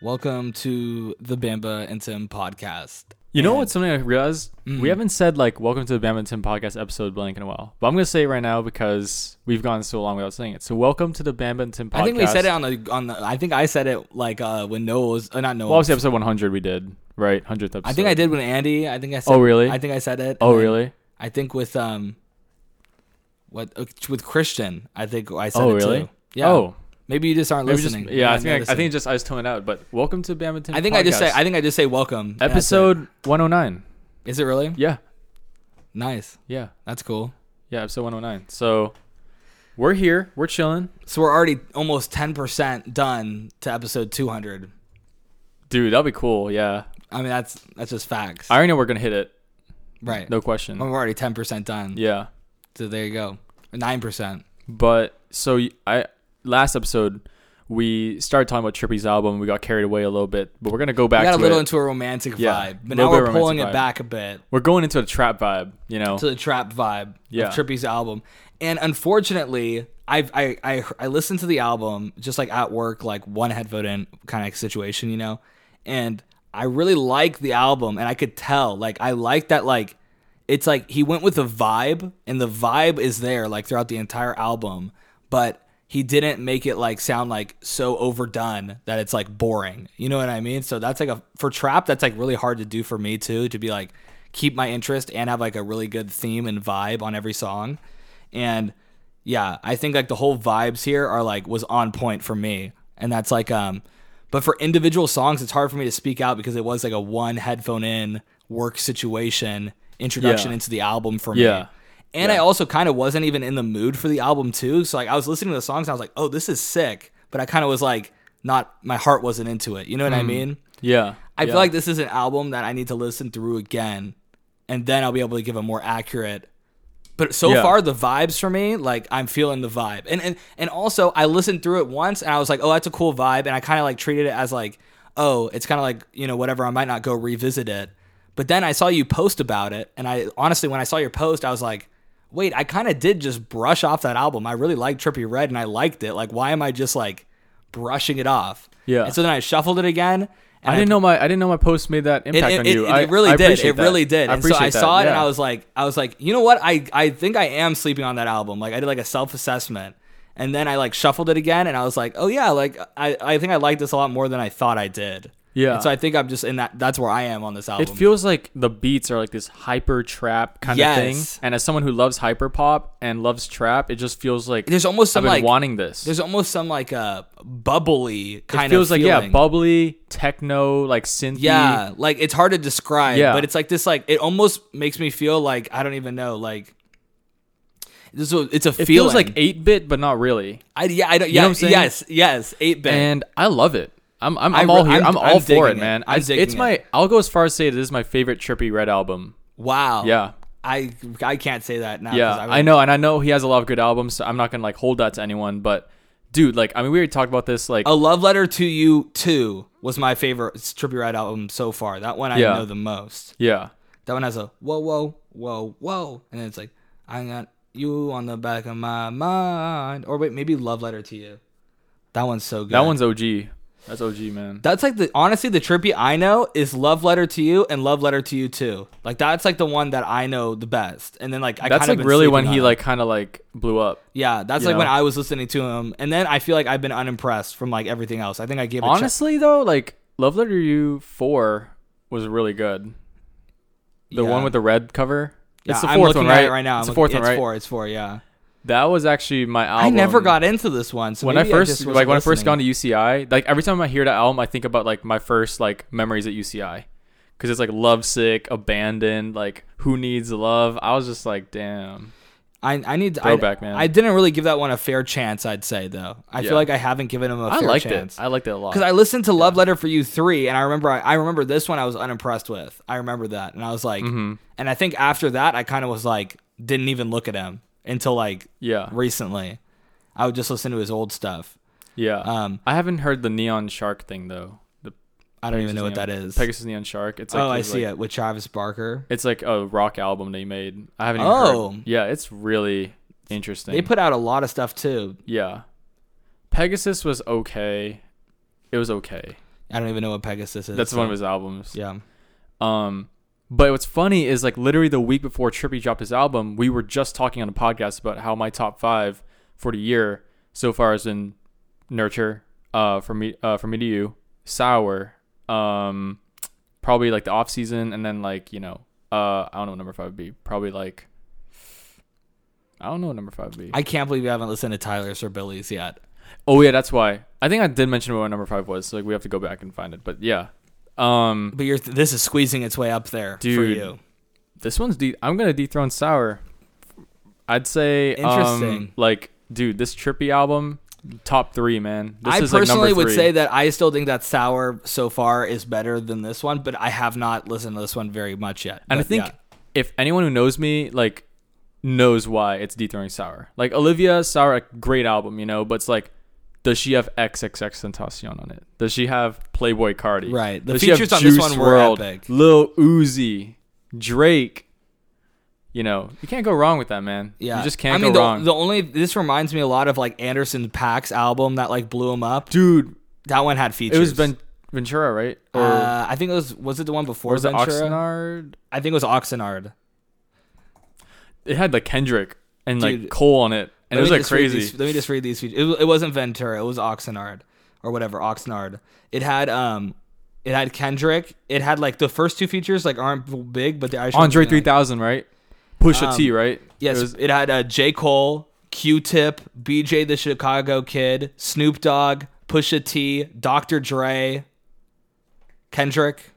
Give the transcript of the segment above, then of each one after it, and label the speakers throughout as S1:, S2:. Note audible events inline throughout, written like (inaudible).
S1: Welcome to the Bamba and Tim podcast.
S2: You know what's something I realized?
S1: Mm.
S2: We haven't said like "Welcome to the Bam and Tim podcast" episode blank in a while, but I'm gonna say it right now because we've gone so long without saying it. So, welcome to the Bam and Tim podcast.
S1: I think we said it on the on the. I think I said it like uh when Noah was uh, not Noah.
S2: well, obviously, episode 100 we did right, 100th episode.
S1: I think I did with Andy. I think I said.
S2: Oh, really?
S1: I think I said it.
S2: Oh,
S1: And then
S2: really?
S1: I think with um, what uh, with Christian? I think I said.
S2: Oh,
S1: it
S2: really?
S1: Too. Yeah.
S2: Oh,
S1: maybe you just aren't
S2: maybe just
S1: listening.
S2: yeah. I
S1: You're not
S2: think I, I
S1: noticing.
S2: think just I was toned out. But welcome to Bam and Tim.
S1: I think I just say.
S2: podcast.
S1: I think I just say welcome. and that's it.
S2: episode 109.
S1: Is it really?
S2: Yeah,
S1: Nice.
S2: yeah,
S1: That's cool.
S2: yeah. Episode 109. So we're here. We're chilling,
S1: So we're already almost ten percent done to episode two hundred.
S2: dude. That'll be cool. Yeah,
S1: I mean that's that's just facts.
S2: I already know we're gonna hit it.
S1: right.
S2: No question.
S1: We're already ten percent done.
S2: Yeah.
S1: So there you go. Nine percent.
S2: But so y- I last episode we started talking about Trippy's album. We got carried away a little bit, but we're gonna go back
S1: We got a
S2: to
S1: little
S2: it.
S1: into a romantic
S2: Yeah,
S1: vibe, but now
S2: little bit
S1: we're
S2: of romantic
S1: pulling it
S2: vibe.
S1: back a bit
S2: we're going into a trap vibe, you know.
S1: to the trap vibe
S2: Yeah.
S1: of Trippy's album. And unfortunately, I've, I I I listened to the album just like at work, like one headphone in kind of situation, you know. And I really like the album, and I could tell, like I like that, like it's like he went with a vibe, and the vibe is there like throughout the entire album, but. He didn't make it like sound like so overdone that it's like boring. You know what I mean? So that's like a for trap that's like really hard to do for me too to be like keep my interest and have like a really good theme and vibe on every song. And yeah, I think like the whole vibes here are like was on point for me. And that's like um but for individual songs it's hard for me to speak out because it was like a one headphone in work situation introduction
S2: Yeah.
S1: into the album for
S2: Yeah.
S1: me. And I also kind of wasn't even in the mood for the album too. So like I was listening to the songs and I was like, "Oh, this is sick." But I kind of was like not my heart wasn't into it. You know what
S2: Mm.
S1: I mean?
S2: yeah.
S1: I
S2: yeah.
S1: feel like this is an album that I need to listen through again, and then I'll be able to give a more accurate. But so
S2: Yeah.
S1: far, the vibes for me, like I'm feeling the vibe, and and and also I listened through it once, and I was like, oh, that's a cool vibe, and I kind of like treated it as like, oh, it's kind of like you know whatever. I might not go revisit it, but then I saw you post about it, and I honestly, when I saw your post, I was like. Wait, I kind of did just brush off that album. I really liked Trippy Red and I liked it. Like, why am I just like brushing it off?
S2: Yeah.
S1: And so then I shuffled it again. And
S2: I didn't know my I didn't know my post made that
S1: it,
S2: impact
S1: it-
S2: on
S1: it-
S2: you.
S1: it
S2: I,
S1: really
S2: I
S1: did.
S2: appreciate
S1: It
S2: that.
S1: really did.
S2: I
S1: And so I
S2: appreciate
S1: saw
S2: that,
S1: it and
S2: yeah.
S1: I was like, I was like, you know what? I I think I am sleeping on that album. Like I did like a self assessment, and then I like shuffled it again, and I was like, oh yeah, like I I think I like this a lot more than I thought I did.
S2: Yeah.
S1: And so I think I'm just in that. That's where I am on this album.
S2: It feels like the beats are like this hyper trap kind of
S1: Yes.
S2: thing. And as someone who loves hyper pop and loves trap, it just feels like
S1: There's almost
S2: I've
S1: some,
S2: been
S1: like-
S2: wanting this.
S1: There's almost some like a bubbly kind
S2: it feels
S1: of
S2: like
S1: feeling.
S2: yeah, bubbly techno like synth.
S1: Yeah, like it's hard to describe,
S2: Yeah.
S1: but it's like this like it almost makes me feel like I don't even know like this is a, it's a
S2: It
S1: feeling.
S2: feels like eight bit, but not really.
S1: I, yeah, I don't.
S2: know
S1: Yeah,
S2: what I'm saying?
S1: yes, yes, eight bit.
S2: and I love it. I'm I'm,
S1: I
S2: I'm
S1: re-
S2: all here.
S1: I'm-
S2: I'm,
S1: I'm
S2: all for
S1: digging
S2: it,
S1: it.
S2: man.
S1: I'm
S2: It's-
S1: digging
S2: it's my. I'll go as far as say this is my favorite Trippy Red album.
S1: wow.
S2: Yeah,
S1: I I can't say that now. 'cause
S2: yeah.
S1: would-
S2: I, know, and I know he has a lot of good albums. So I'm not gonna like hold that to anyone. But dude, like, I mean, we already talked about this. Like,
S1: A love letter to you too was my favorite Trippy Red album so far. That one I
S2: Yeah.
S1: know the most.
S2: yeah,
S1: That one has a whoa whoa whoa whoa, and then it's like I got you on the back of my mind. Or wait, maybe love letter to you. That one's so good.
S2: that one's OG. That's OG, man.
S1: That's like the honestly the trippy I know is love letter to you and love letter to you too. Like that's like the one that I know the best. And then like I
S2: That's
S1: kind of
S2: like
S1: been
S2: really
S1: sleeping
S2: when he
S1: on it.
S2: like kind of like blew up.
S1: Yeah, that's
S2: You
S1: like when
S2: know?
S1: I was listening to him, and then I feel like I've been unimpressed from like everything else. I think I gave it a check-
S2: Honestly, though, like Love Letter to You four was really good. The
S1: Yeah.
S2: one with the red cover.
S1: Yeah,
S2: it's the
S1: I'm
S2: 4th
S1: looking
S2: one,
S1: at
S2: right?
S1: it right now.
S2: It's
S1: I'm
S2: the fourth
S1: looking-
S2: one, right?
S1: It's four. It's four. Yeah.
S2: That was actually my album.
S1: I never got into this one. So
S2: when I
S1: maybe
S2: first
S1: just
S2: like
S1: wasn't
S2: when I
S1: listening.
S2: first gone to UCI, like every time I hear that album, I think about like my first like memories at UCI, because it's like lovesick, abandoned, like who needs love. I was just like, damn.
S1: I I need to- I-
S2: Throwback, man.
S1: I didn't really give that one a fair chance. I'd say though, I
S2: Yeah.
S1: feel like I haven't given him a
S2: I
S1: fair
S2: liked
S1: chance.
S2: it. I liked it a lot.
S1: because I listened to Love Letter for You three, and I remember I, I remember this one I was unimpressed with. I remember that, and I was like,
S2: Mm-hmm.
S1: and I think after that I kind of was like didn't even look at him until like
S2: yeah,
S1: recently. I would just listen to his old stuff.
S2: yeah.
S1: um,
S2: I haven't heard the Neon Shark thing though. The
S1: I don't even know what
S2: Neon-
S1: that is.
S2: Pegasus Neon Shark. It's like
S1: oh, I
S2: his,
S1: see
S2: like-
S1: it with Travis Barker.
S2: It's like a rock album they made. I haven't. Even
S1: Oh.
S2: heard. yeah. It's really interesting.
S1: They put out a lot of stuff too.
S2: yeah. Pegasus was okay. It was okay.
S1: I don't even know what Pegasus is.
S2: That's
S1: so-
S2: one of his albums.
S1: Yeah.
S2: Um, but what's funny is like literally the week before Trippy dropped his album, we were just talking on a podcast about how my top five for the year so far has been Nurture, uh, from me, uh, from me to you, Sour, um, probably like the off season, and then like you know, uh, I don't know what number five would be. Probably like, I don't know what number five would be.
S1: I can't believe you haven't listened to Tyler's or Billy's yet.
S2: oh yeah, that's why. I think I did mention what my number five was. So like we have to go back and find it. But yeah, um,
S1: But you're this is squeezing its way up there for
S2: Dude.
S1: you.
S2: This one's de- I'm gonna dethrone Sour. I'd say interesting.
S1: Interesting.
S2: like, dude, this trippy album, top three, man. This
S1: I
S2: is like
S1: personally
S2: number
S1: would
S2: three.
S1: say that I still think that Sour so far is better than this one, but I have not listened to this one very much yet.
S2: and I
S1: But
S2: think
S1: yeah.
S2: if anyone who knows me, like, knows why it's dethroning Sour. Like Olivia Sour, a great album, you know, but it's like, does she have XXX Tentacion on it? Does she have Playboy Cardi?
S1: Right. The
S2: does she have
S1: features on this one were
S2: WRLD,
S1: epic.
S2: Lil Uzi, Drake. You know, you can't go wrong with that, man.
S1: yeah,
S2: you just can't
S1: I mean, the,
S2: go wrong.
S1: the only this reminds me a lot of like Anderson Pack's album that like blew him up.
S2: dude,
S1: That one had features.
S2: It was Ven- Ventura, right? Or
S1: Uh, I think it was was it the one before
S2: was it
S1: Ventura?
S2: Oxnard?
S1: I think it was Oxnard.
S2: It had like Kendrick and like
S1: Dude.
S2: Cole on it,
S1: Let
S2: and it was
S1: me
S2: like
S1: just read
S2: crazy.
S1: these- let me just read these features. It, wa- it wasn't Ventura. It was Oxnard or whatever Oxnard. It had um, it had Kendrick. It had like the first two features like aren't big, but the Irish
S2: Andre
S1: ones are,
S2: three
S1: like-
S2: thousand, right? Push a T, right?
S1: Um, Yes,
S2: It
S1: it,
S2: was-
S1: had uh, J Cole, Q Tip, B.J. the Chicago Kid, Snoop Dogg, Pusha T, Dr. Dre, Kendrick.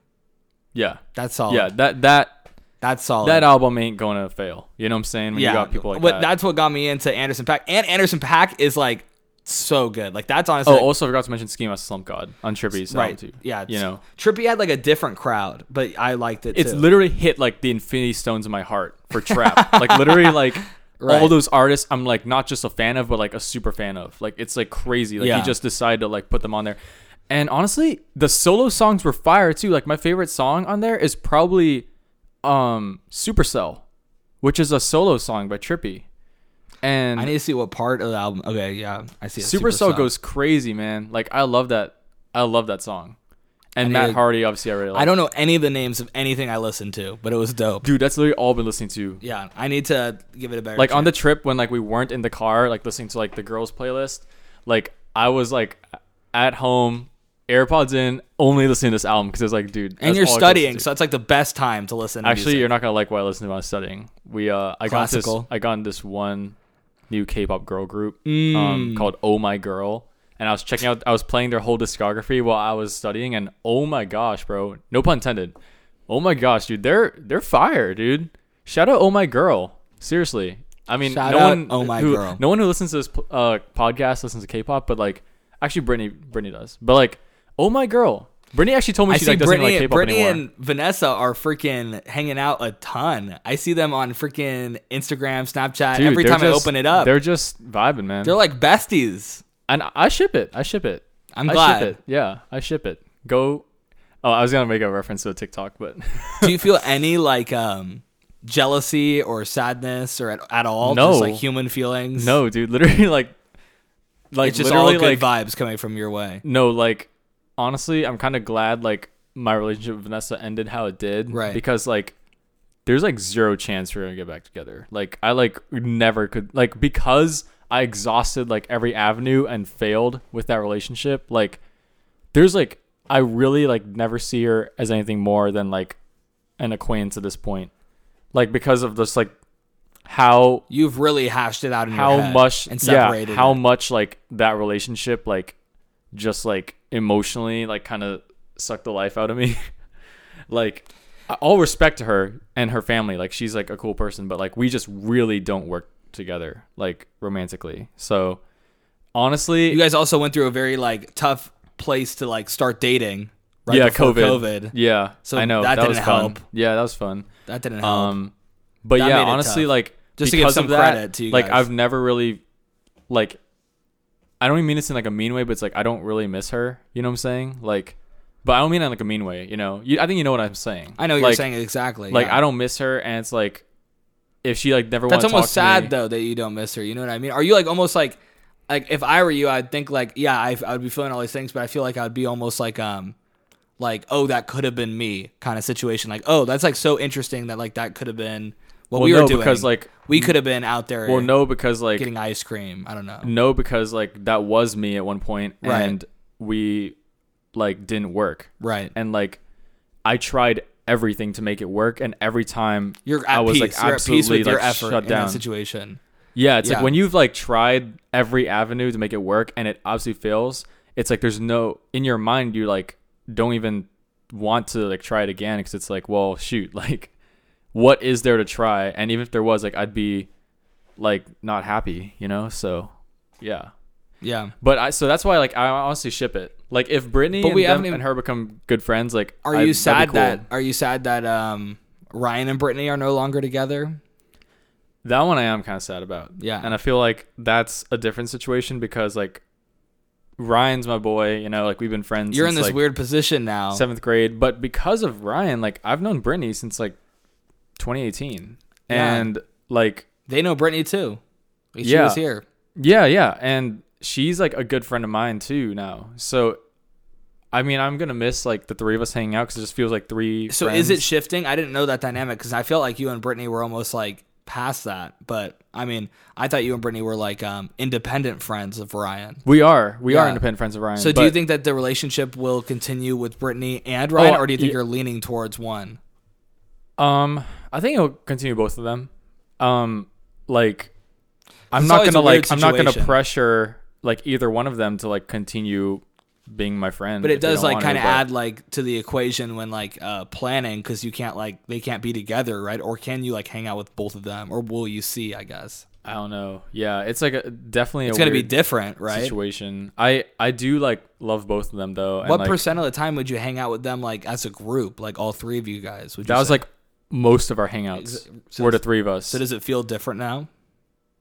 S2: yeah,
S1: That's solid.
S2: yeah. That that
S1: that's solid.
S2: that album ain't gonna fail. You know what I'm saying? When
S1: yeah,
S2: you got people like
S1: but
S2: that.
S1: that's what got me into Anderson Pack. And Anderson Pack is like so good. Like that's honestly
S2: oh,
S1: like,
S2: also I forgot to mention Schema Slump God on Trippy's
S1: right.
S2: album too.
S1: Yeah,
S2: you know,
S1: Trippy had like a different crowd, but I liked it.
S2: it's
S1: too.
S2: literally hit like the infinity stones in my heart for
S1: (laughs)
S2: trap. like literally like all
S1: Right.
S2: those artists I'm like not just a fan of but like a super fan of. Like it's like crazy. Like
S1: Yeah.
S2: he just decided to like put them on there. And honestly, the solo songs were fire too. Like my favorite song on there is probably um Supercell, which is a solo song by Trippy. And
S1: I need to see what part of the album. Okay, yeah, I see. It.
S2: Supercell goes crazy, man. Like I love that I love that song. And
S1: need
S2: Matt
S1: to-
S2: Hardy obviously I really like.
S1: I don't know any of the names of anything I listened to, but it was dope.
S2: Dude, that's literally all I've been listening to
S1: Yeah, I need to give it a better.
S2: like
S1: chance.
S2: on the trip when like we weren't in the car like listening to like the girls playlist like i was like at home airpods in only listening to this album because it's like dude
S1: and
S2: that's
S1: you're
S2: all I
S1: studying,
S2: listened to.
S1: so that's like the best time to listen. To
S2: actually
S1: music.
S2: you're not gonna like what i listened to when i was studying we uh i got
S1: Classical.
S2: this i got this one new k-pop girl group
S1: Mm.
S2: um called oh my girl and i was checking out i was playing their whole discography while i was studying and oh my gosh bro no pun intended oh my gosh dude they're they're fire dude shout out oh my girl seriously i mean
S1: Shout
S2: no
S1: out
S2: one
S1: Oh My
S2: who-
S1: Girl.
S2: no one who listens to this uh podcast listens to k-pop but like actually brittany brittany does but like oh my girl brittany actually told me
S1: I
S2: she
S1: see
S2: like doesn't
S1: Brittany,
S2: like k-pop
S1: Brittany
S2: anymore
S1: and Vanessa are freaking hanging out a ton. I see them on freaking Instagram, Snapchat.
S2: Dude,
S1: every
S2: they're
S1: time I
S2: just-
S1: open it up, they're,
S2: they're just vibing, man.
S1: like besties.
S2: and I ship it. I ship it.
S1: I'm
S2: I ship
S1: glad.
S2: it. Yeah, I ship it. Go. Oh, I was gonna make a reference to a TikTok, but
S1: Do you feel any like um jealousy or sadness or at, at all?
S2: No.
S1: just like human feelings.
S2: (laughs) no, dude. Literally, like, like
S1: it's just all
S2: literally,
S1: good
S2: like
S1: vibes coming from your way.
S2: no, like honestly, I'm kind of glad like my relationship with Vanessa ended how it did,
S1: Right.
S2: Because like, there's like zero chance we're gonna get back together. Like, I like never could like because I exhausted like every avenue and failed with that relationship. Like, there's like I really like never see her as anything more than like an acquaintance at this point, like because of this like how
S1: You've really hashed it out in
S2: how
S1: your head
S2: much
S1: and separated.
S2: yeah, how
S1: it.
S2: much like that relationship like just like emotionally like kind of sucked the life out of me (laughs) like all respect to her and her family like she's like a cool person but like we just really don't work together like romantically so honestly
S1: you guys also went through a very like tough place to like start dating. Right
S2: yeah
S1: before
S2: covid
S1: COVID.
S2: yeah
S1: So
S2: i know
S1: that
S2: that,
S1: didn't
S2: was fun
S1: help.
S2: yeah that was fun
S1: That didn't help.
S2: Um, but
S1: That
S2: yeah,
S1: made it
S2: honestly,
S1: tough.
S2: like
S1: Just to give
S2: because
S1: some
S2: of that,
S1: credit to you
S2: like
S1: guys.
S2: I've never really, like, I don't even mean this in like a mean way, but it's like I don't really miss her. You know what I'm saying? Like, but I don't mean it in like a mean way. You know, you, I think you know what I'm saying.
S1: I know what
S2: like,
S1: you're saying exactly.
S2: Like
S1: yeah.
S2: I don't miss her, and it's like if she like never
S1: That's
S2: wanna
S1: almost
S2: talk to
S1: sad
S2: me-
S1: though that you don't miss her. You know what I mean? Are you like almost like like if I were you, I'd think like yeah, I, I would be feeling all these things, but I feel like I'd be almost like um like oh that could have been me kind of situation like oh that's like so interesting that like that could have been what
S2: Well,
S1: we were
S2: no,
S1: doing
S2: because, like-
S1: we could have been out there
S2: Well, no, because like
S1: getting ice cream I don't know
S2: no, because like that was me at one point,
S1: Right.
S2: and we like didn't work,
S1: right
S2: and like I tried everything to make it work, and every time
S1: you're at
S2: I was
S1: peace
S2: like
S1: you're at
S2: absolutely
S1: peace with your
S2: like
S1: effort
S2: shut
S1: in
S2: down.
S1: that situation
S2: Yeah, it's
S1: Yeah.
S2: like when you've like tried every avenue to make it work and it obviously fails, it's like there's no in your mind you like don't even want to like try it again because it's like, well, shoot, (laughs) like what is there to try? And even if there was, like I'd be like not happy, you know? So, yeah.
S1: yeah
S2: But I so that's why like I honestly ship it. Like if Brittany
S1: But
S2: and,
S1: we
S2: them
S1: haven't even-
S2: and her become good friends, like
S1: are
S2: I-
S1: you
S2: that'd be
S1: sad
S2: cool.
S1: that are you sad that um Ryan and Brittany are no longer together
S2: That one I am kind of sad about.
S1: Yeah.
S2: And I feel like that's a different situation because like Ryan's my boy, you know, like we've been friends
S1: you're in
S2: since,
S1: this
S2: like,
S1: weird position now
S2: 7th grade, but because of Ryan, like I've known Brittany since like 2018.
S1: Yeah.
S2: And like
S1: they know Brittany too she
S2: Yeah.
S1: was here
S2: yeah, yeah, and she's like a good friend of mine too now. So I mean, I'm going to miss like the three of us hanging out cuz it just feels like three
S1: So is it
S2: friends.
S1: shifting? I didn't know that dynamic because I felt like you and Brittany were almost like past that. But I mean, I thought you and Brittany were like um, independent friends of Ryan.
S2: we are. We
S1: Yeah.
S2: are independent friends of Ryan.
S1: So do you
S2: but-
S1: think that the relationship will continue with Brittany and Ryan,
S2: Oh,
S1: or do you think
S2: yeah.
S1: you're leaning towards one?
S2: Um, I think it'll continue both of them. Um, like I'm
S1: It's
S2: not
S1: always
S2: gonna
S1: a weird
S2: like I'm not gonna
S1: situation.
S2: pressure like either one of them to like continue being my friend.
S1: But
S2: if
S1: it
S2: they
S1: does
S2: don't
S1: like
S2: want to,
S1: kind of
S2: but-
S1: add like to the equation when like uh, planning because you can't like they can't be together, right? Or can you like hang out with both of them, or will you see? I guess
S2: I don't know. Yeah, it's like a, definitely
S1: it's
S2: a
S1: gonna
S2: weird
S1: be different, right?
S2: situation. I I do like love both of them though. and,
S1: What
S2: like,
S1: percent of the time would you hang out with them like as a group, like all three of you guys? Would you
S2: That was
S1: say?
S2: like most of our hangouts
S1: so
S2: were the three of us.
S1: So does it feel different now?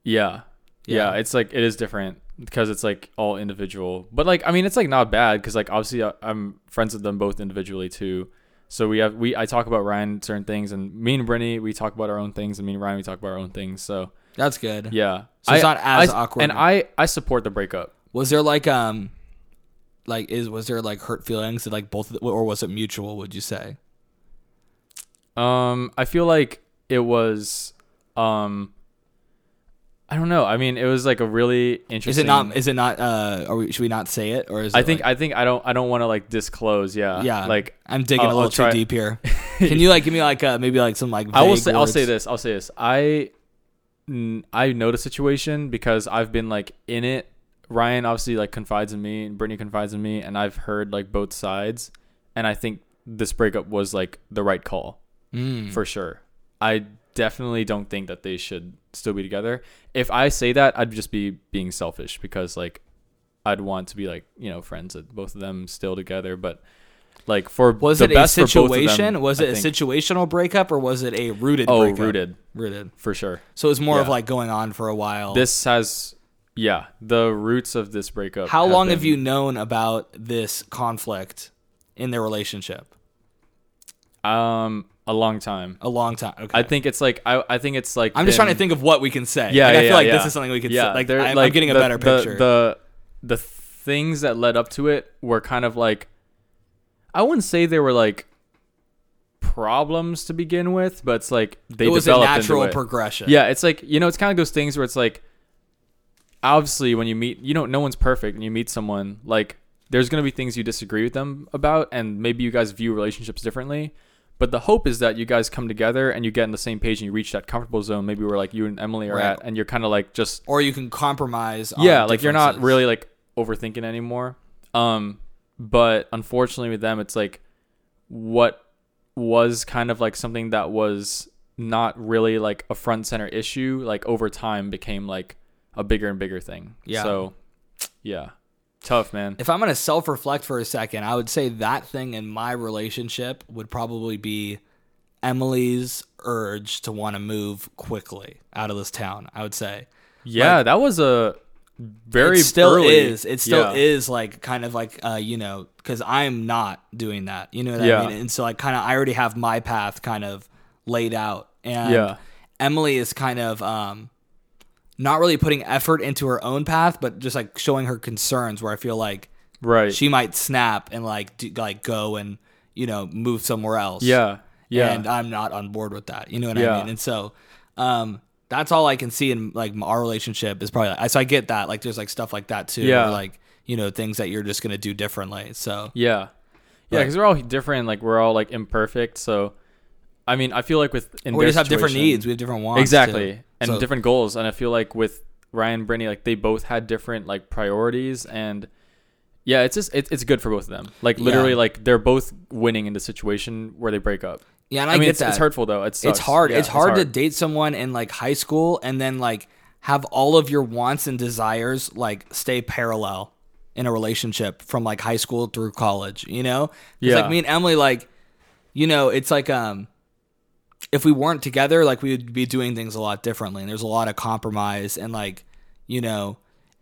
S2: Yeah.
S1: Yeah.
S2: yeah. It's like, it is different because it's like all individual. But like, I mean, it's like not bad because like obviously I, I'm friends with them both individually too. So we have, we, I talk about Ryan certain things and me and Brittany, we talk about our own things. And me and Ryan, we talk about our own things. So
S1: That's good.
S2: yeah.
S1: So it's not as
S2: I,
S1: awkward.
S2: And I, I support the breakup.
S1: Was there like um, like is was there like hurt feelings that like both of the, or was it mutual? Would you say?
S2: Um, I feel like it was, um, I don't know. I mean, it was like a really interesting.
S1: Is it not? Is it not? Uh, are we, should we not say it? Or is it
S2: I think
S1: like-
S2: I think I don't I don't want to like disclose. Yeah.
S1: yeah.
S2: Like
S1: I'm digging
S2: I'll-
S1: a
S2: I'll
S1: little too
S2: try-
S1: deep
S2: (laughs)
S1: here. Can you like give me like uh maybe like some like
S2: I will
S1: vague
S2: say I'll say
S1: words?
S2: this. I'll say this. I n- I know the situation because I've been like in it. Ryan obviously like confides in me and Brittany confides in me and I've heard like both sides and I think this breakup was like the right call
S1: Mm.
S2: for sure. I definitely don't think that they should still be together. If I say that, I'd just be being selfish because like I'd want to be like, you know, friends with both of them still together, but like for
S1: Was
S2: the
S1: it a
S2: best for both of them,
S1: situation? was
S2: I
S1: it a
S2: think-
S1: situational breakup or was it a rooted?
S2: Oh,
S1: breakup?
S2: rooted
S1: Rooted.
S2: for sure.
S1: So it's more of
S2: Yeah.
S1: like going on for a while.
S2: this has yeah the roots of this breakup
S1: How long
S2: been-
S1: have you known about this conflict in their relationship?
S2: um a long time
S1: A long time. Okay.
S2: i think it's like i, I think it's like
S1: I'm just
S2: been-
S1: trying to think of what we can say.
S2: yeah
S1: Like,
S2: yeah,
S1: I feel
S2: yeah,
S1: like this
S2: yeah.
S1: is something we could
S2: yeah
S1: say. Like,
S2: they're,
S1: I'm,
S2: like,
S1: I'm getting a
S2: the-
S1: better
S2: the-
S1: picture.
S2: the the things that led up to it were kind of like i wouldn't say they were like problems to begin with but it's like they
S1: it was a
S2: developed
S1: natural
S2: into it.
S1: progression.
S2: Yeah, it's like you know, it's kind of those things where it's like, obviously, when you meet, you know, no one's perfect, and you meet someone, like there's gonna be things you disagree with them about, and maybe you guys view relationships differently. But the hope is that you guys come together and you get on the same page and you reach that comfortable zone, maybe where like you and Emily are
S1: Right.
S2: at, and you're kind of like just
S1: Or you can compromise. On
S2: yeah, like you're not
S1: differences.
S2: really like overthinking anymore. Um, but unfortunately with them, it's like what was kind of like something that was not really like a front and center issue. Like over time, became like a bigger and bigger thing.
S1: Yeah.
S2: So, yeah, tough man.
S1: If I'm going to self reflect for a second, I would say that thing in my relationship would probably be Emily's urge to want to move quickly out of this town. I would say.
S2: yeah, that was a very
S1: it still
S2: early-
S1: is it still
S2: yeah.
S1: is like kind of like uh you know because i'm not doing that you know what i
S2: Yeah.
S1: mean and so like kind of i already have my path kind of laid out and
S2: Yeah.
S1: emily is kind of um not really putting effort into her own path but just like showing her concerns where i feel like
S2: right.
S1: she might snap and like do, like go and you know, move somewhere else.
S2: Yeah. Yeah.
S1: And uh, I'm not on board with that. You know what I
S2: Yeah.
S1: mean? And so, um, that's all I can see in like our relationship is probably like, so I get that. Like there's like stuff like that too.
S2: Yeah.
S1: where, Like, you know, things that you're just going to do differently. So
S2: yeah. Yeah,
S1: Right.
S2: because we're all different. Like we're all like imperfect. So, I mean, I feel like with in
S1: we
S2: their
S1: just have different
S2: situation-
S1: needs. We have different wants. too.
S2: exactly and
S1: So-
S2: different goals and i feel like with ryan and brittany like they both had different like priorities and yeah it's just it, it's good for both of them like literally
S1: Yeah.
S2: like they're both winning in the situation where they break up
S1: Yeah. And I,
S2: i, mean
S1: get
S2: it's,
S1: that.
S2: it's hurtful though it's
S1: it's hard. it's hard to date someone in like high school and then like have all of your wants and desires like stay parallel in a relationship from like high school through college, you know? 'Cause,
S2: Yeah.
S1: Like me and Emily, like, you know, it's like um if we weren't together, like we would be doing things a lot differently. And there's a lot of compromise and like, you know,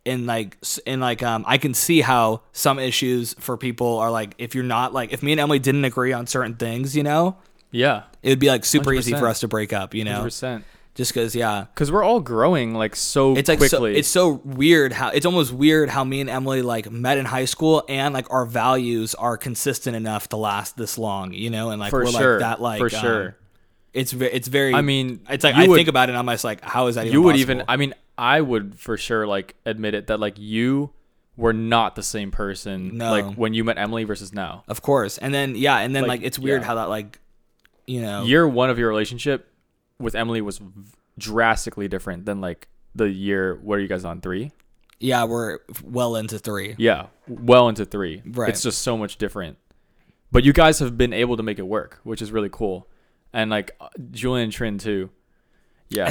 S1: and like s- and like um I can see how some issues for people are like if you're not like if me and Emily didn't agree on certain things, you know,
S2: yeah
S1: it would be like super easy
S2: 100%.
S1: for us to break up, you know,
S2: percent
S1: just because yeah,
S2: because we're all growing like so
S1: it's like so,
S2: quickly
S1: it's so weird how it's almost weird how me and Emily like met in high school and like our values are consistent enough to last this long, you know, and like
S2: for
S1: we're like
S2: sure
S1: that like
S2: for
S1: um,
S2: sure
S1: it's ve- it's very
S2: I mean,
S1: it's like
S2: you
S1: I
S2: would-
S1: think about it and I'm just like how is that even
S2: you would
S1: possible?
S2: even i mean i would for sure like admit it that like you were not the same person
S1: No.
S2: like when you met emily versus now
S1: of course and then yeah and then
S2: Like,
S1: like, it's weird
S2: yeah.
S1: how that like you know
S2: year one of your relationship with Emily was v- drastically different than like the year what are you guys on three?
S1: yeah we're well into three
S2: Yeah, well into three.
S1: Right.
S2: It's just so much different. But you guys have been able to make it work, which is really cool. And like uh, Julian and Trin too. Yeah.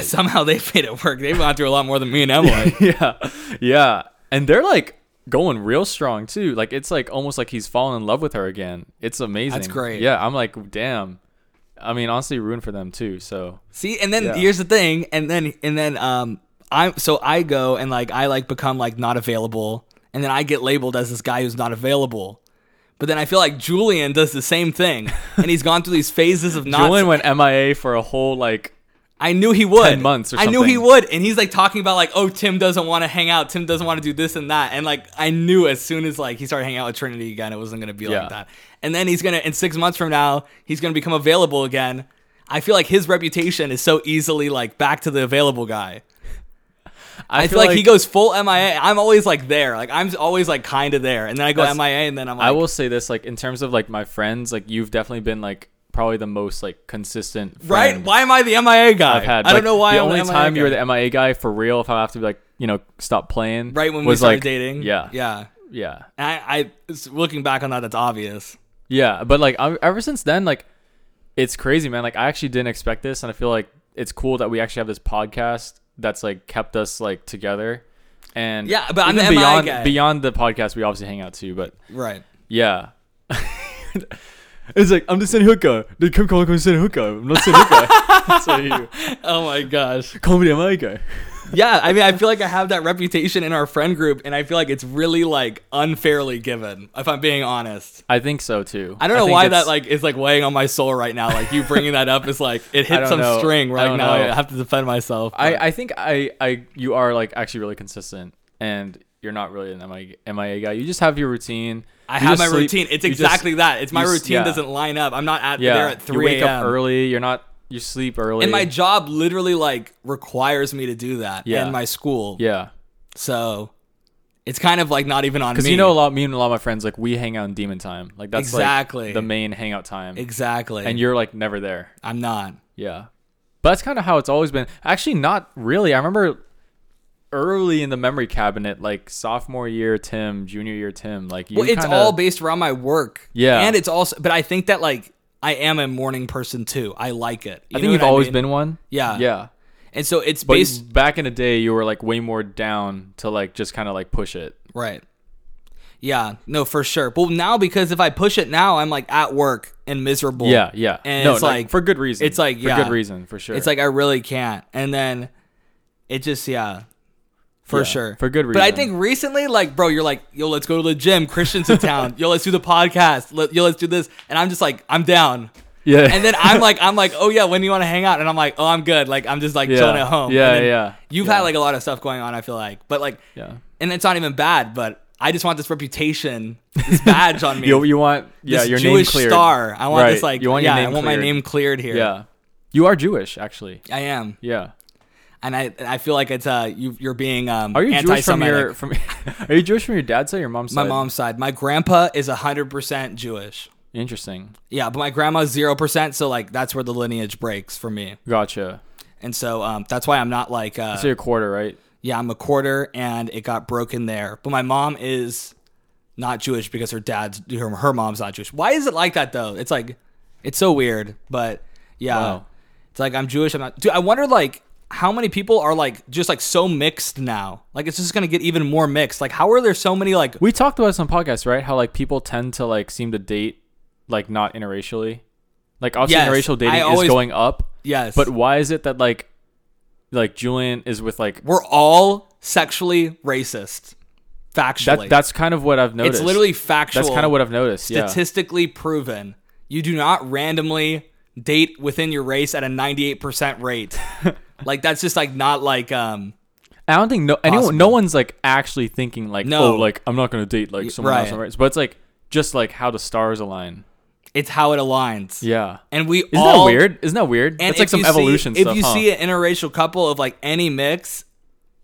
S1: (laughs) somehow they made it work they've gone through a lot more than me and
S2: (laughs)
S1: Emily
S2: yeah. (laughs) Yeah. And they're like going real strong too. Like it's like almost like he's fallen in love with her again. It's amazing.
S1: That's great.
S2: Yeah, I'm like, damn. I mean, honestly, ruined for them too. So
S1: See, and then
S2: Yeah.
S1: here's the thing, and then and then um, I'm so I go and like I like become like not available, and then I get labeled as this guy who's not available. But then I feel like Julian does the same thing, and he's gone through these phases of not.
S2: Julian went MIA for a whole like
S1: I knew he would.
S2: 10 months or
S1: I knew he
S2: something.
S1: would, and he's like talking about like, oh, Tim doesn't want to hang out. Tim doesn't want to do this and that, and like I knew as soon as like he started hanging out with Trinity again, it wasn't gonna be
S2: Yeah.
S1: like that. And then he's gonna in six months from now, he's gonna become available again. I feel like his reputation is so easily like back to the available guy. I feel like, he goes full MIA. I'm always like there. Like I'm always like kind of there, and then I go
S2: That's-
S1: MIA, and then I'm like,
S2: I will say this, like in terms of like my friends, like you've definitely been like probably the most like consistent
S1: right?
S2: friend
S1: Why am I the MIA guy?
S2: I've had.
S1: I
S2: Like,
S1: don't know why.
S2: The
S1: I'm
S2: only
S1: MIA
S2: time you were
S1: guy.
S2: the MIA guy for real, if I have to be like you know stop playing,
S1: right when we
S2: was
S1: started
S2: like
S1: dating.
S2: yeah, yeah,
S1: yeah.
S2: yeah,
S1: And I, I it's- looking back on that, that's obvious.
S2: yeah. But like I, ever since then, like it's crazy, man. Like I actually didn't expect this, and I feel like it's cool that we actually have this podcast that's like kept us like together. And
S1: Yeah, but I'm
S2: even
S1: the MIA
S2: beyond
S1: guy.
S2: beyond the podcast, we obviously hang out too, but. (laughs)
S1: Right.
S2: Yeah. it's like, I'm just saying hookah. They come calling me saying hookah. I'm not saying (laughs) hookah. That's what you
S1: Oh my gosh.
S2: call me the MI guy.
S1: Yeah, I mean, I feel like I have that reputation in our friend group, and I feel like it's really like unfairly given. If I'm being honest,
S2: I think so too.
S1: I don't know
S2: think
S1: why
S2: it's-
S1: that like is like weighing on my soul right now. Like you bringing that up is like it
S2: don't
S1: hit some
S2: know.
S1: string
S2: (laughs) I
S1: right
S2: don't
S1: now.
S2: know.
S1: I have to defend myself. but-
S2: I, I think I, I you are like actually really consistent and you're not really an MIA, MIA guy. You just have your routine.
S1: I
S2: You
S1: have
S2: just
S1: my
S2: sleep-
S1: routine. It's
S2: you just-
S1: exactly that. It's my
S2: you s-
S1: routine
S2: yeah.
S1: doesn't line up. I'm not at
S2: yeah.
S1: there at
S2: You
S1: three
S2: wake up
S1: a.m.
S2: early. You're not. You sleep early.
S1: and my job literally like requires me to do that.
S2: Yeah.
S1: And my school.
S2: yeah.
S1: So it's kind of like not even on me.
S2: Because you know a lot. Me and a lot of my friends like we hang out in demon time. Like that's like,
S1: Exactly.
S2: the main hangout time.
S1: exactly.
S2: And you're like never there.
S1: I'm not.
S2: Yeah. But that's kind of how it's always been. Actually, not really. I remember early in the memory cabinet, like sophomore year Tim, junior year Tim, like you
S1: Well, it's
S2: kinda-
S1: all based around my work.
S2: Yeah.
S1: and it's also, but I think that like I am a morning person too. I like it. You know
S2: I think
S1: what
S2: you've always
S1: mean?
S2: been one.
S1: Yeah.
S2: Yeah.
S1: and so it's
S2: But
S1: based
S2: back in the day, you were like way more down to like just kind of like push it.
S1: right. Yeah, no, for sure. But now because if I push it now, I'm like at work and miserable.
S2: Yeah, yeah.
S1: and
S2: no,
S1: it's
S2: no,
S1: like
S2: for good reason.
S1: it's like,
S2: for
S1: yeah.
S2: good reason for sure.
S1: It's like I really can't. And then it just yeah. For
S2: Yeah,
S1: sure.
S2: for good
S1: But I
S2: reason.
S1: think recently, like, bro, you're like, yo, let's go to the gym. Christian's
S2: (laughs)
S1: in town. yo, let's do the podcast. Let, yo, let's do this. And I'm just like, I'm down.
S2: yeah.
S1: And then I'm like, I'm like, oh yeah, when do you want to hang out? And I'm like, oh, I'm good. Like, I'm just like
S2: (laughs) Yeah.
S1: chilling at home.
S2: Yeah,
S1: And then
S2: yeah.
S1: You've
S2: Yeah.
S1: had like a lot of stuff going on. I feel like, but like,
S2: yeah.
S1: and it's not even bad. But I just want this reputation, this badge
S2: (laughs)
S1: on me.
S2: You, you want yeah
S1: this
S2: your
S1: Jewish
S2: name cleared.
S1: star. I want this
S2: Right.
S1: like
S2: You want your
S1: yeah,
S2: name
S1: I want
S2: cleared.
S1: my name cleared here.
S2: Yeah, you are Jewish actually.
S1: I am,
S2: Yeah.
S1: and I I feel like it's uh you you're being um
S2: Are you Jewish from
S1: anti-Semitic.
S2: your from? (laughs) Are you Jewish from your dad's side or your mom's
S1: my
S2: side?
S1: mom's side. My grandpa is hundred percent Jewish.
S2: Interesting.
S1: Yeah, but my grandma's zero percent, so like that's where the lineage breaks for me,
S2: Gotcha.
S1: and so um that's why I'm not like uh
S2: So you're quarter, right?
S1: yeah I'm a quarter, and it got broken there. But my mom is not Jewish because her dad's her, her mom's not Jewish. Why is it like that though? It's like it's so weird, but yeah,
S2: Wow.
S1: it's like I'm Jewish. I'm not. Dude, I wonder like how many people are like just like so mixed now. Like it's just gonna get even more mixed. Like how are there so many like
S2: We talked about this on podcasts, right? How like people tend to like seem to date like not interracially. Like obviously
S1: Yes,
S2: interracial dating
S1: I always-
S2: is going up,
S1: yes,
S2: but why is it that like like Julian is with like
S1: we're all sexually racist. Factually,
S2: that that's kind of what I've noticed.
S1: it's literally factual.
S2: that's kind of what I've noticed. yeah.
S1: statistically proven. You do not randomly date within your race at a 98%
S2: (laughs)
S1: rate. like that's just like not like um
S2: I don't think no anyone, no
S1: Possible.
S2: one's like actually thinking like
S1: No.
S2: oh like I'm not gonna date like someone else,
S1: right.
S2: right? But it's like just like how the stars align.
S1: it's how it aligns.
S2: Yeah,
S1: And we
S2: isn't
S1: all
S2: that weird? Isn't that weird?
S1: And
S2: That's like
S1: if
S2: some
S1: you see-
S2: evolution stuff.
S1: If you
S2: huh?
S1: see an interracial couple of like any mix,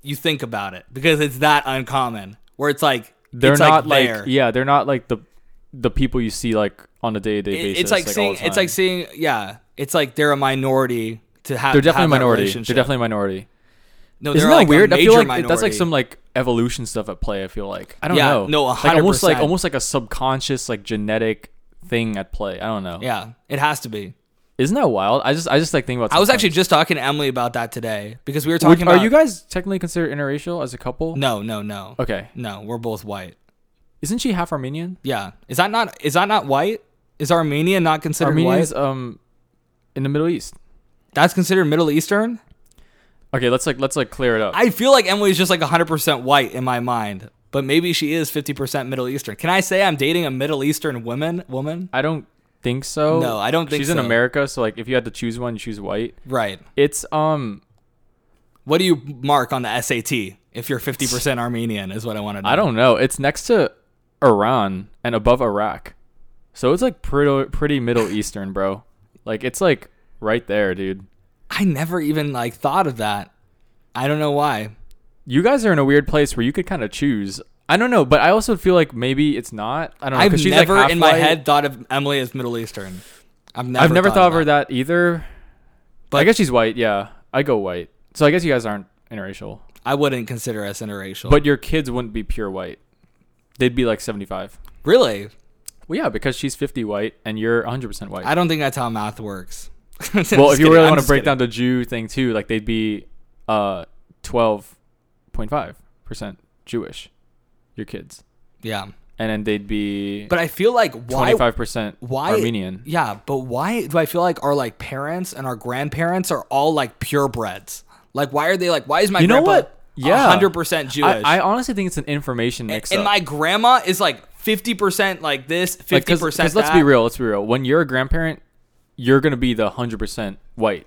S1: you think about it because it's that uncommon. Where it's like
S2: they're
S1: it's
S2: not like,
S1: like, there.
S2: yeah, they're not like the the people you see like on a day to day
S1: It-
S2: basis.
S1: it's like,
S2: all
S1: seeing
S2: the
S1: it's
S2: time.
S1: like seeing yeah it's like they're a minority to have
S2: they're
S1: to have
S2: definitely a
S1: that
S2: minority. They're
S1: relationship.
S2: definitely a minority.
S1: no
S2: Isn't
S1: they're
S2: that
S1: like a
S2: weird? I feel
S1: major
S2: like that's like
S1: minority.
S2: some like evolution stuff at play. I feel like I don't
S1: Yeah,
S2: know.
S1: no,
S2: like almost like
S1: 100%.
S2: almost like a subconscious like genetic thing at play. I don't know.
S1: yeah it has to be
S2: Isn't that wild? I just I just like thinking about.
S1: i was
S2: sometimes.
S1: actually just talking to emily about that today because we were
S2: Would-
S1: talking about
S2: are you guys technically considered interracial as a couple?
S1: no no no
S2: Okay.
S1: no we're both white
S2: Isn't she half Armenian?
S1: yeah is that not is that not white is armenia not considered
S2: Armenians
S1: white
S2: um in the Middle East.
S1: that's considered middle eastern
S2: Okay, let's like let's like clear it up.
S1: i feel like emily's just like 100% white in my mind but maybe she is 50% middle eastern can i say i'm dating a middle eastern woman woman
S2: I don't think so.
S1: No, I don't think
S2: She's in
S1: so.
S2: America, so like if you had to choose one, you choose white.
S1: right
S2: It's um
S1: What do you mark on the SAT if you're 50% Armenian? Is what I want to know.
S2: I don't know. It's next to Iran and above Iraq. So it's like pretty
S1: (laughs)
S2: pretty Middle Eastern, bro. Like it's like right there, dude.
S1: I never even like thought of that. I don't know why.
S2: You guys are in a weird place where you could kind of choose. I don't know, but I also feel like maybe it's not. I don't know. 'cause
S1: I've
S2: she's, like,
S1: never
S2: half
S1: in my
S2: white.
S1: head thought of Emily as Middle Eastern. I've never.
S2: I've never thought of her
S1: that.
S2: that either. But I guess she's white. Yeah, I go white. So I guess you guys aren't interracial.
S1: I wouldn't consider us interracial.
S2: But your kids wouldn't be pure white. They'd be like 75.
S1: really,
S2: Well, yeah, because she's 50 white and you're 100% white.
S1: I don't think that's how math works. (laughs) well,
S2: well, if you really want to break down the Jew thing too, like they'd be uh 12.5% Jewish, your kids.
S1: yeah.
S2: And then they'd be
S1: But I feel like why
S2: 25%
S1: why
S2: Armenian.
S1: Yeah, but why do I feel like our like parents and our grandparents are all like purebreds? Like, why are they like? Why is my
S2: You know
S1: grandpa
S2: what? Yeah.
S1: hundred percent Jewish?
S2: I, I honestly think it's an information mix
S1: and
S2: up.
S1: my grandma is like 50% like this 50%
S2: Like, 'cause- 'cause let's
S1: that.
S2: be real let's be real when you're a grandparent you're gonna be the 100% white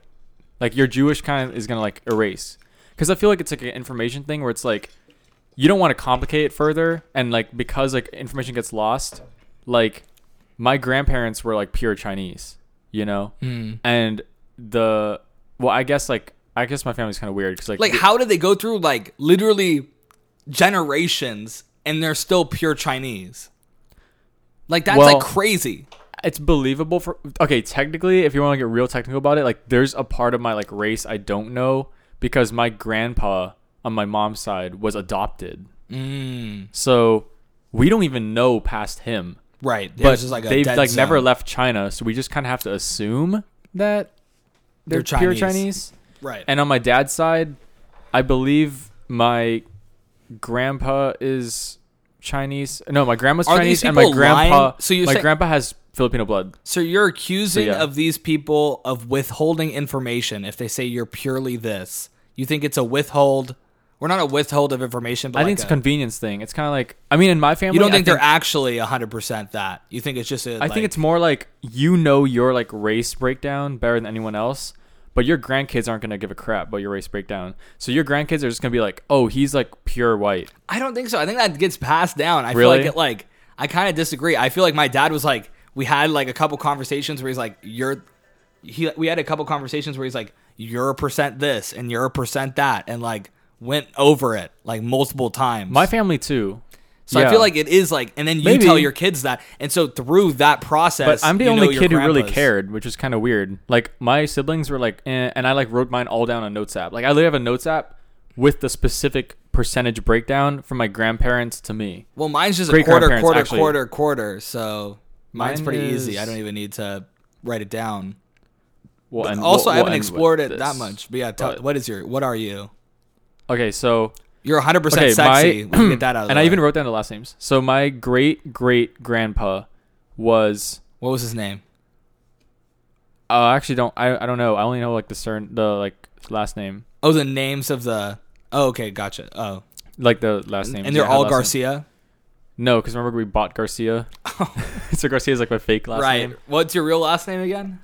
S2: like your jewish kind of is gonna like erase because i feel like it's like an information thing where it's like you don't want to complicate it further and like because like information gets lost like my grandparents were like pure chinese you know and the well i guess like i guess my family's kind of weird because like,
S1: like
S2: the-
S1: how did they go through like literally generations and they're still pure chinese like that's
S2: Well-
S1: like crazy
S2: it's believable for okay technically if you want to get real technical about it like there's a part of my like race i don't know because my grandpa on my mom's side was adopted
S1: Mm.
S2: so we don't even know past him
S1: right
S2: but
S1: There's just, like a
S2: they've
S1: dead
S2: like
S1: zone.
S2: never left china so we just kind of have to assume that they're,
S1: They're
S2: pure
S1: Chinese.
S2: chinese
S1: right
S2: and on my dad's side i believe my grandpa is chinese no my grandma's
S1: Are
S2: chinese
S1: these
S2: and my
S1: people lying?
S2: grandpa
S1: So you're
S2: my
S1: saying-
S2: grandpa has filipino blood
S1: so you're accusing
S2: So, yeah.
S1: of these people of withholding information if they say you're purely this you think it's a withhold we're not a withhold of information but
S2: I
S1: like
S2: think it's a
S1: a-
S2: convenience thing. It's kind of like I mean, in my family,
S1: you don't
S2: I
S1: think, they're actually 100% that you think it's just a,
S2: I think it's more like you know your like race breakdown better than anyone else, But your grandkids aren't gonna give a crap about your race breakdown. So your grandkids are just gonna be like, "Oh, he's like pure white."
S1: I don't think so. I think that gets passed down. I
S2: Really?
S1: feel like it like I kind of disagree. I feel like my dad was like we had like a couple conversations where he's like you're he we had a couple conversations where he's like you're a percent this and you're a percent that and like went over it like multiple times.
S2: My family too.
S1: so I
S2: Yeah.
S1: feel like it is like and then you
S2: Maybe.
S1: tell your kids that and so through that process
S2: But I'm the
S1: you know
S2: only
S1: your
S2: kid who really
S1: grandpas.
S2: cared, which is kind of weird. Like my siblings were like, eh, and I like wrote mine all down on Notes app. Like I literally have a Notes app with the specific percentage breakdown from my grandparents to me.
S1: Well, mine's just a
S2: Great
S1: quarter
S2: grandparents,
S1: quarter
S2: actually.
S1: quarter quarter so mine's
S2: Mine
S1: pretty
S2: is-
S1: easy. I don't even need to write it down.
S2: Well, and
S1: also,
S2: we'll-
S1: I
S2: we'll
S1: haven't
S2: end with
S1: explored it that
S2: this.
S1: much. But yeah, tell,
S2: but-
S1: what is your? What are you?
S2: Okay, so
S1: You're 100
S2: okay,
S1: percent sexy. we
S2: my
S1: can get
S2: (clears throat)
S1: that out. Of
S2: and
S1: the
S2: I
S1: way.
S2: even wrote down the last names. So my great great grandpa was.
S1: what was his name?
S2: Uh, I actually don't. I, I don't know. I only know like the cern the like last name,
S1: Oh, the names of the. Oh, okay, gotcha. Oh,
S2: like the last name.
S1: and they're
S2: yeah,
S1: all
S2: last name. (laughs)
S1: Garcia,
S2: No, because remember we bought Garcia. (laughs) so Garcia is like my fake
S1: (laughs)
S2: last
S1: right?
S2: name.
S1: What's your real last name again?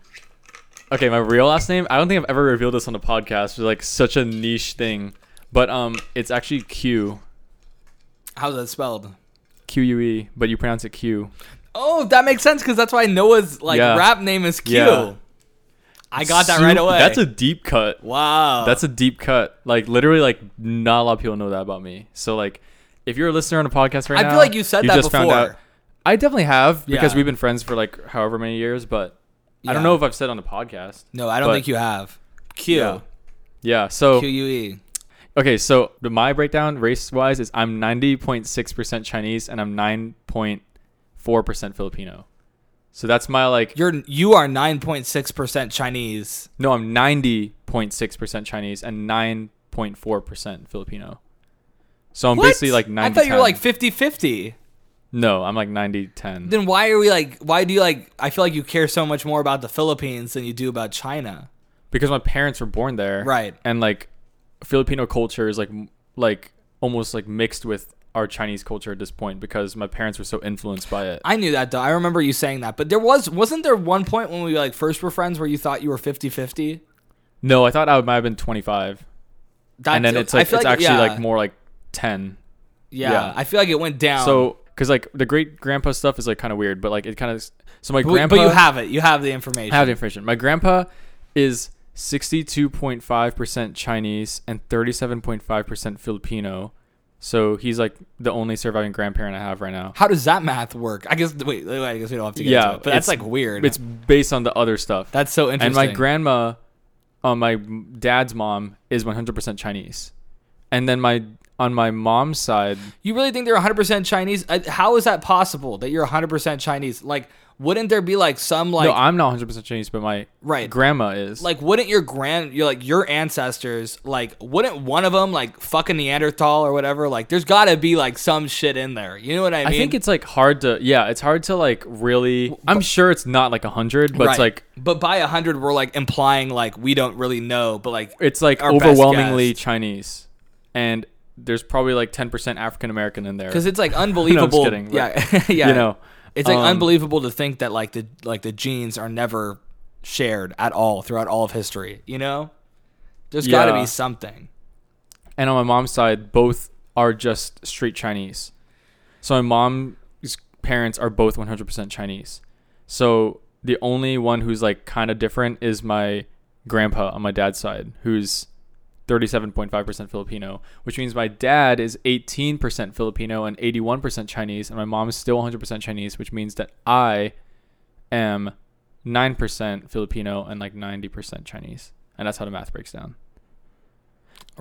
S2: Okay, my real last name. I don't think I've ever revealed this on the podcast. It's like such a niche thing, but um, it's actually Q
S1: How's that spelled?
S2: Q U E, but you pronounce it Q.
S1: Oh, that makes sense because that's why Noah's like
S2: Yeah.
S1: rap name is Q. I
S2: Yeah.
S1: got that right
S2: Su-
S1: away.
S2: That's a deep cut.
S1: wow.
S2: That's a deep cut. Like literally, like not a lot of people know that about me. So like, if you're a listener on a podcast right
S1: I
S2: now,
S1: feel like you said that before.
S2: I definitely have because
S1: Yeah.
S2: we've been friends for like however many years, but I
S1: Yeah.
S2: don't know if I've said on the podcast.
S1: no. I don't
S2: but-
S1: think you have. Q
S2: Yeah. Yeah. So
S1: Q U E.
S2: Okay, so the- my breakdown race wise is I'm 90.6% Chinese and I'm 9.4% Filipino. So that's my like
S1: You're you are 9.6 percent Chinese.
S2: no, I'm 90.6% Chinese and 9.4% Filipino. So I'm basically like 90
S1: I thought you were
S2: 10.
S1: like 50 50.
S2: No, I'm like 90 10.
S1: Then why are we like? Why do you like? I feel like you care so much more about the Philippines than you do about China.
S2: because my parents were born there.
S1: Right.
S2: And like Filipino culture is like m- like almost like mixed with our Chinese culture at this point because my parents were so influenced by it.
S1: I knew that though. I remember you saying that. But there was wasn't there one point when we like first were friends where you thought you were 50-50?
S2: no, I thought I would, might have been 25.
S1: That,
S2: and then it's like it's actually
S1: yeah,
S2: like more like 10
S1: yeah,
S2: yeah.
S1: I feel like it went down.
S2: so because like the great grandpa stuff is like kind of weird but like it kind of so my
S1: but, we-
S2: grandpa
S1: but you have it. You have the information.
S2: I have the information my grandpa is 62.5% chinese and 37.5% filipino so he's like the only surviving grandparent i have right now
S1: How does that math work? I guess wait, wait, I guess we don't have to get
S2: Yeah,
S1: into it. But that's
S2: it's-
S1: like weird.
S2: it's based on the other stuff
S1: that's so
S2: and
S1: interesting.
S2: my grandma on my dad's mom is 100% chinese and then my on my mom's side
S1: You really think they're 100% Chinese? Uh, How is that possible that you're 100% Chinese? Like, wouldn't there be like some like
S2: no i'm not 100% chinese but my
S1: Right.
S2: grandma is
S1: like wouldn't your grand your like your ancestors like wouldn't one of them like fucking Neanderthal or whatever? Like, there's got to be like some shit in there. You know what I mean?
S2: I think it's like hard to yeah, it's hard to like really I'm sure it's not like a hundred, but
S1: Right.
S2: it's like
S1: but by a hundred, we're like implying like we don't really know, but like
S2: it's like
S1: Our best
S2: overwhelmingly
S1: guess.
S2: Chinese. And there's probably like ten percent African American in there.
S1: because
S2: (laughs)
S1: it's like unbelievable.
S2: kidding,
S1: yeah,
S2: but,
S1: yeah. (laughs)
S2: you know,
S1: it's like
S2: um,
S1: unbelievable to think that like the like the genes are never shared at all throughout all of history. You know, there's got to
S2: Yeah.
S1: be something.
S2: And on my mom's side, both are just straight Chinese. So my mom's parents are both one hundred percent Chinese. So the only one who's like kind of different is my grandpa on my dad's side, who's 37.5% Filipino, which means my dad is 18% Filipino and 81% Chinese, and my mom is still 100% Chinese, which means that I am 9% Filipino and like 90% Chinese. And that's how the math breaks down.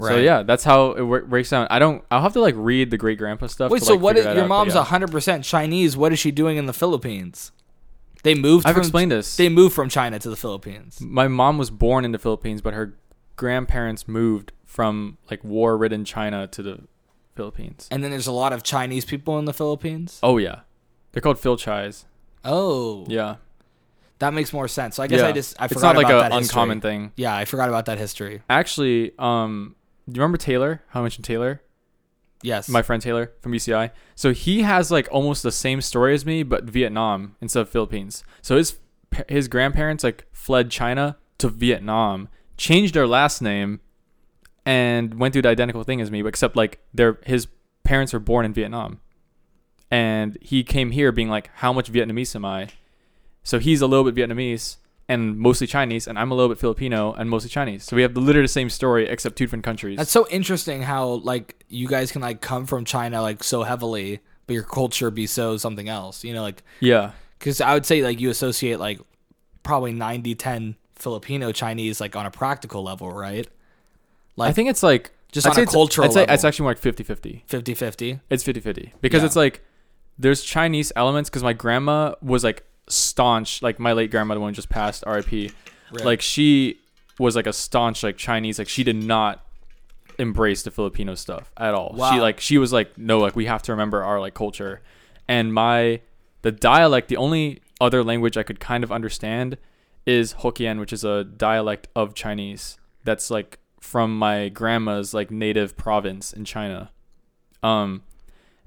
S2: So yeah, that's how it wor- breaks down. I don't. I'll have to like read the great grandpa stuff.
S1: Wait,
S2: to,
S1: so
S2: like,
S1: what?
S2: figure
S1: Is,
S2: that
S1: your
S2: out, but
S1: mom's
S2: yeah.
S1: hundred percent Chinese. What is she doing in the Philippines? They moved.
S2: I've
S1: from,
S2: explained this.
S1: They moved from China to the Philippines.
S2: my mom was born in the Philippines, but her grandparents moved from like war-ridden China to the Philippines.
S1: And then there's a lot of Chinese people in the Philippines.
S2: Oh yeah, they're called Philchais.
S1: Oh,
S2: Yeah,
S1: that makes more sense. So I guess
S2: yeah.
S1: I just I
S2: it's
S1: forgot
S2: not like
S1: about
S2: a
S1: that history.
S2: uncommon thing.
S1: Yeah, I forgot about that history.
S2: Actually, um, do you remember Taylor? How I mentioned Taylor,
S1: Yes,
S2: my friend Taylor from BCI. So he has like almost the same story as me, but Vietnam instead of Philippines. So his his grandparents like fled China to Vietnam changed their last name and went through the identical thing as me, but except like their his parents were born in Vietnam. And he came here being like, How much Vietnamese am I? So he's a little bit Vietnamese and mostly Chinese, and I'm a little bit Filipino and mostly Chinese. So we have the literally the same story except two different countries.
S1: That's so interesting how like you guys can like come from China like so heavily, but your culture be so something else. You know, like
S2: yeah.
S1: because I would say like you associate like probably 90 10 Filipino Chinese like on a practical level, right?
S2: I think it's like
S1: Just
S2: I'd
S1: on
S2: say
S1: a
S2: it's-
S1: cultural
S2: I'd say
S1: level.
S2: it's actually more like 50 50.
S1: 50 50.
S2: It's 50 50 because
S1: Yeah.
S2: it's like there's Chinese elements because my grandma was like staunch, like my late grandma, the one who just passed, RIP.
S1: Rip.
S2: Like she was like a staunch like Chinese, like she did not embrace the Filipino stuff at all. She
S1: Wow.
S2: like she was like no, like we have to remember our like culture. And my the dialect, the only other language I could kind of understand is Hokkien, which is a dialect of Chinese that's like from my grandma's like native province in China. Um,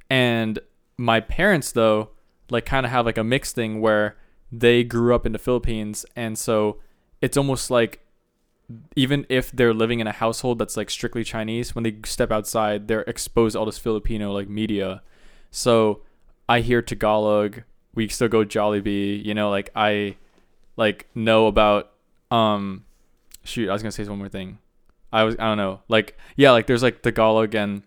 S2: and my parents though, like kind of have like a mixed thing where they grew up in the Philippines, and so it's almost like even if they're living in a household that's like strictly Chinese, when they step outside, they're exposed to all this Filipino like media. So I hear Tagalog. We still go Jollibee. You know, like I like know about um shoot i was gonna say one more thing i was i don't know like yeah like there's like tagalog and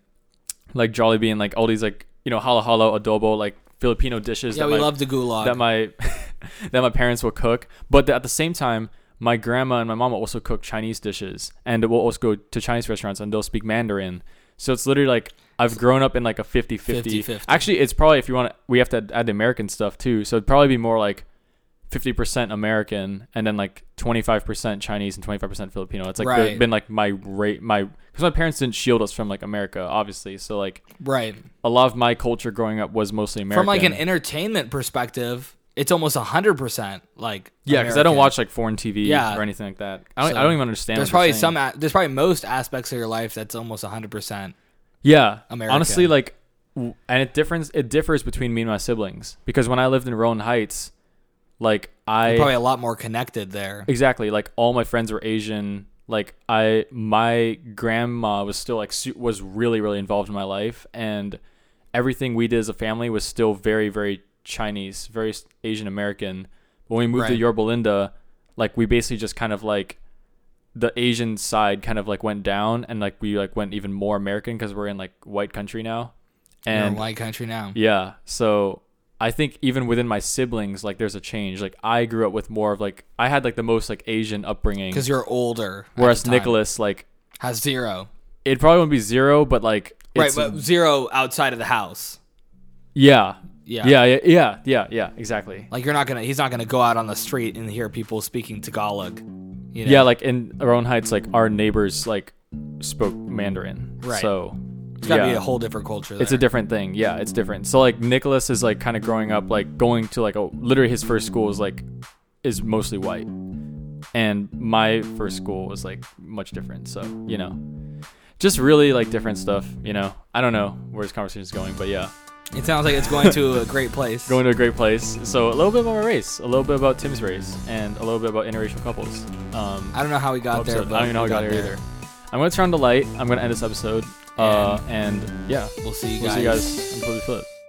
S2: like jollibee and like all these like you know halo halo adobo like filipino dishes
S1: Yeah,
S2: that
S1: we
S2: my-
S1: love the gulag.
S2: that my (laughs) that my parents will cook but at the same time my grandma and my mom will also cook chinese dishes and we'll also go to chinese restaurants and they'll speak mandarin so it's literally like i've grown up in like a 50 50
S1: 50-50.
S2: actually it's probably if you want to we have to add the american stuff too so it'd probably be more like 50% American and then like 25% Chinese and 25% Filipino. It's like the-
S1: Right.
S2: been like my rate, my, because my parents didn't shield us from like America, obviously. So like
S1: right.
S2: a lot of my culture growing up was mostly American.
S1: From like an entertainment perspective, it's almost 100% like
S2: yeah, because I don't
S1: American.
S2: watch like foreign TV
S1: Yeah.
S2: or anything like that. I don't,
S1: So
S2: I don't even understand.
S1: There's
S2: what they're
S1: probably
S2: saying.
S1: some a- there's probably most aspects of your life that's almost 100%.
S2: Yeah,
S1: American.
S2: honestly, like, w- and it differs. It differs between me and my siblings because when I lived in Rowan Heights, like I
S1: You're probably a lot more connected there.
S2: Exactly. Like all my friends were Asian. Like I, my grandma was still like su- was really really involved in my life, and everything we did as a family was still very very Chinese, very s- Asian American. When we moved to
S1: Right.
S2: Yorba Linda, like we basically just kind of like the Asian side kind of like went down, and like we like went even more American because we're in like white country now,
S1: You're in
S2: and
S1: my country now.
S2: yeah. So I think even within my siblings, like there's a change. Like I grew up with more of like I had like the most like Asian upbringing,
S1: Because you're older. at
S2: whereas
S1: the time.
S2: Nicholas like
S1: has zero.
S2: it probably wouldn't be zero, but like
S1: Right,
S2: it's,
S1: but zero outside of the house.
S2: yeah,
S1: Yeah.
S2: yeah, yeah, yeah, yeah, yeah, exactly.
S1: Like you're not gonna he's not gonna go out on the street and hear people speaking Tagalog. You know?
S2: Yeah, like in Rowan Heights, like our neighbors like spoke Mandarin,
S1: Right.
S2: So
S1: It's gotta be
S2: yeah.
S1: a whole different culture there.
S2: It's a different thing. Yeah, it's different. So like Nicholas is like kind of growing up like going to like a literally his first school is like is mostly white. And my first school was like much different. So, you know. Just really like different stuff, you know. I don't know where this conversation is going, but yeah.
S1: it sounds like it's going to a great place.
S2: (laughs) Going to a great place. So a little bit about my race, a little bit about Tim's race, and a little bit about interracial couples. Um
S1: I don't know how we got there,
S2: episode.
S1: but
S2: I don't even know how
S1: we
S2: I got here either. I'm gonna turn on the light, I'm gonna end this episode. Uh and yeah.
S1: We'll see you
S2: We'll
S1: guys.
S2: see you guys on Flip the Flip.